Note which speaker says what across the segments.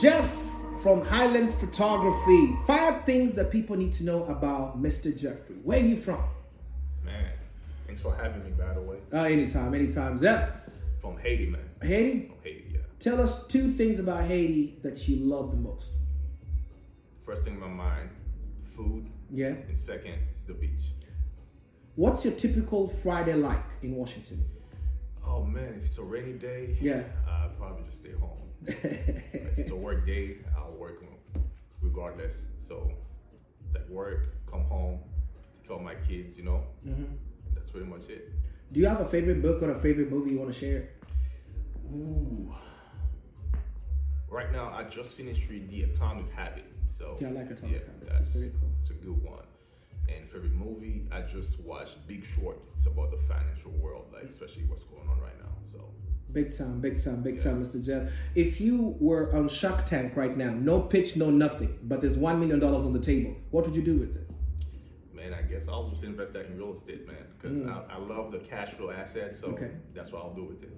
Speaker 1: Jeff from Highlands Photography. Five things that people need to know about Mr. Jeffrey. Where are you from?
Speaker 2: Man, thanks for having me, by the way.
Speaker 1: Uh, anytime, anytime. Jeff,
Speaker 2: From Haiti, man.
Speaker 1: Haiti,
Speaker 2: From Haiti, yeah.
Speaker 1: tell us two things about Haiti that you love the most.
Speaker 2: First thing in my mind, food.
Speaker 1: Yeah.
Speaker 2: And second is the beach.
Speaker 1: What's your typical Friday like in Washington?
Speaker 2: Oh man, if it's a rainy day,
Speaker 1: Yeah.
Speaker 2: I probably just stay home. if it's a work day, I'll work regardless. So it's like work, come home, take care of my kids, you know. And that's pretty much it.
Speaker 1: Do you have a favorite book or a favorite movie you want to share?
Speaker 2: Ooh. Right now, I just finished reading The Atomic Habit. So
Speaker 1: Yeah, I like Atomic Habits. It's
Speaker 2: That's,
Speaker 1: very cool.
Speaker 2: It's a good one. And favorite movie, I just watched Big Short. It's about the financial world, like especially what's going on right now. So
Speaker 1: Big time, big time, big time, Mr. Jeff. If you were on Shark Tank right now, no pitch, no nothing, but there's $1 million on the table, what would you do with it?
Speaker 2: Man, I guess I'll just invest that in real estate, man, because I, I love the cash flow asset. So
Speaker 1: Mm. Okay.
Speaker 2: that's what I'll do with it.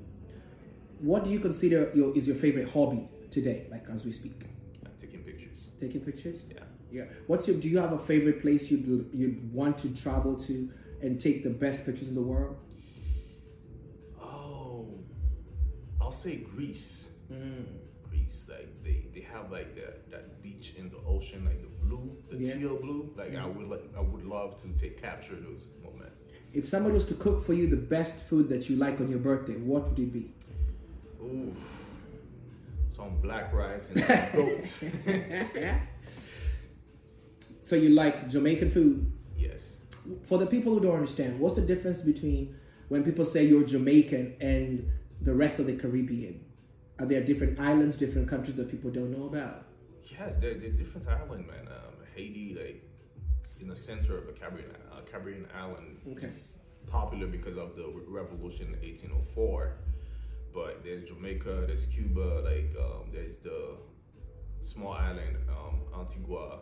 Speaker 1: What do you consider your, is your favorite hobby today, like as we speak?
Speaker 2: I'm taking pictures.
Speaker 1: Taking pictures?
Speaker 2: Yeah.
Speaker 1: Yeah. What's your, do you have a favorite place you'd, you'd want to travel to and take the best pictures in the world?
Speaker 2: Oh, I'll say Greece. Greece, like they, they have like that that beach in the ocean, like the blue, the
Speaker 1: Yeah.
Speaker 2: teal blue. Like I would like I would love to take capture those moment.
Speaker 1: If somebody was to cook for you the best food that you like on your birthday, what would it be?
Speaker 2: Ooh, some black rice and some goats.
Speaker 1: So you like Jamaican food?
Speaker 2: yes.
Speaker 1: For the people who don't understand, what's the difference between when people say you're Jamaican and the rest of the Caribbean? Are there different islands, different countries that people don't know about?
Speaker 2: Yes, they're, they're different island, man. Um, Haiti, like in the center of a Caribbean, uh, Caribbean island,
Speaker 1: Okay.
Speaker 2: is popular because of the re- revolution in 1804. But there's Jamaica, there's Cuba, like um, there's the small island um, Antigua.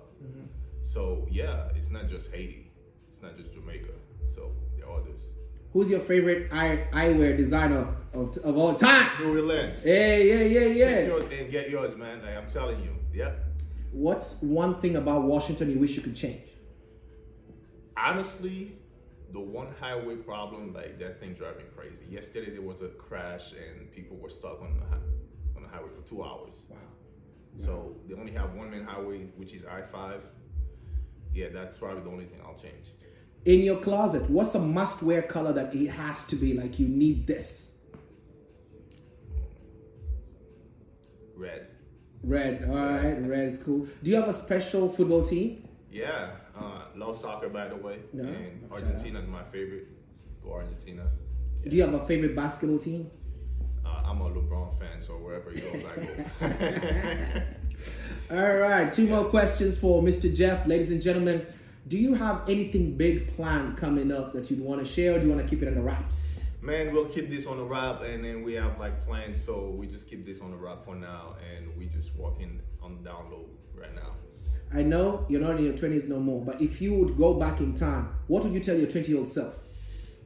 Speaker 2: So yeah, it's not just Haiti, it's not just Jamaica. So there are others.
Speaker 1: Who's your favorite eye- eyewear designer of, of all time?
Speaker 2: New Orleans.
Speaker 1: Hey, yeah, yeah,
Speaker 2: Get
Speaker 1: yeah.
Speaker 2: yours and get yours, man. Like, I'm telling you. Yeah.
Speaker 1: What's one thing about Washington you wish you could change?
Speaker 2: honestly, the one highway problem, like that thing driving crazy. Yesterday there was a crash and people were stuck on the hi- on the highway for two hours.
Speaker 1: Wow.
Speaker 2: So they only have one main highway, which is I five. Yeah, that's probably the only thing I'll change.
Speaker 1: In your closet, what's a must wear color that it has to be? Like, you need this.
Speaker 2: Red.
Speaker 1: Red, all right, red is cool. Do you have a special football team?
Speaker 2: Yeah, uh, love soccer by the way,
Speaker 1: Yeah,
Speaker 2: and
Speaker 1: shout out.
Speaker 2: Argentina is my favorite. Go Argentina.
Speaker 1: Do you have a favorite basketball team?
Speaker 2: Uh, I'm a LeBron fan, so wherever he goes, I go.
Speaker 1: All right, two more questions for Mr. Jeff. Ladies and gentlemen, do you have anything big planned coming up that you'd want to share or do you want to keep it in the wraps?
Speaker 2: Man, we'll keep this on the wrap, and then we have like plans, so we just keep this on the wrap for now, and we just walking on down low right now.
Speaker 1: I know you're not in your 20s no more, but if you would go back in time, what would you tell your 20 year old self?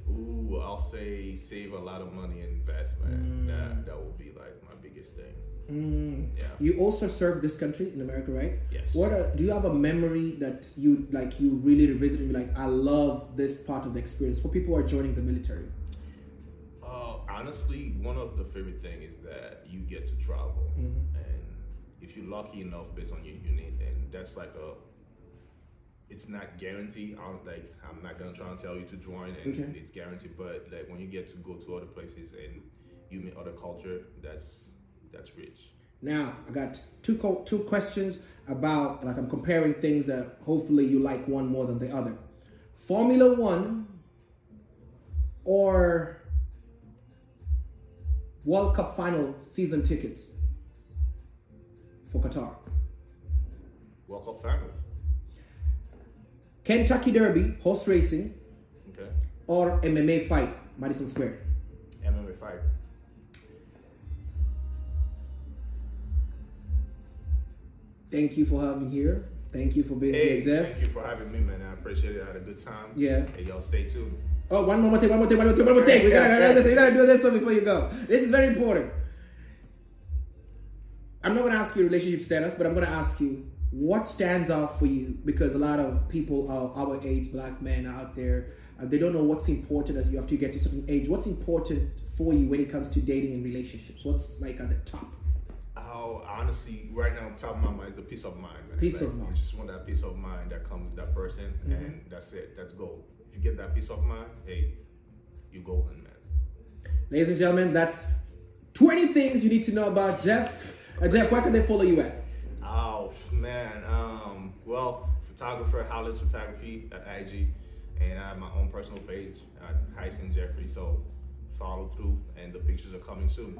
Speaker 2: Ooh, I'll say save a lot of money and invest, man. That that will be like my biggest thing. Yeah.
Speaker 1: You also serve this country in America, right?
Speaker 2: Mm. Yes.
Speaker 1: What are, do you have a memory that you like? You really revisit and be like, I love this part of the experience for people who are joining the military.
Speaker 2: Uh,
Speaker 1: Oh.
Speaker 2: honestly, one of the favorite thing is that you get to travel,
Speaker 1: Mm-hmm.
Speaker 2: and if you're lucky enough, based on your unit, and that's like a, it's not guaranteed. I'm like I'm not gonna try and tell you to join, and
Speaker 1: Okay.
Speaker 2: it's guaranteed. But like when you get to go to other places and you meet other culture, that's that's rich.
Speaker 1: Now I got two co- two questions about like I'm comparing things that hopefully you like one more than the other. Formula One or World Cup final season tickets for Qatar.
Speaker 2: World Cup finals,
Speaker 1: Kentucky Derby, horse racing,
Speaker 2: okay?
Speaker 1: or MMA fight, Madison Square.
Speaker 2: MMA fight.
Speaker 1: Thank you for having here. Thank you for being
Speaker 2: Hey,
Speaker 1: here, Jeff.
Speaker 2: thank you for having me, man. I appreciate it. I had a good time.
Speaker 1: Yeah.
Speaker 2: Hey, y'all stay tuned.
Speaker 1: Oh, one more thing, one more thing, one more thing, one more thing. We gotta, we gotta, we gotta do this one before you go. This is very important. I'm not going to ask you relationship status, but I'm going to ask you what stands out for you because a lot of people of our age, black men out there, uh, they don't know what's important as you after you get to a certain age. What's important for you when it comes to dating and relationships? What's like at the top?
Speaker 2: How honestly, right now, top of my mind is the peace of mind. Man.
Speaker 1: Peace
Speaker 2: Like,
Speaker 1: of mind. Mm-hmm.
Speaker 2: You just want that peace of mind that comes with that person, and that's it. That's gold. If you get that peace of mind, hey, you golden, man.
Speaker 1: Ladies and gentlemen, that's 20 things you need to know about Jeff. Uh, Jeff, where can they follow you at?
Speaker 2: Oh man, um, well, photographer, Hollis Photography at IG, and I have my own personal page at Heisen Jeffrey. So follow through, and the pictures are coming soon.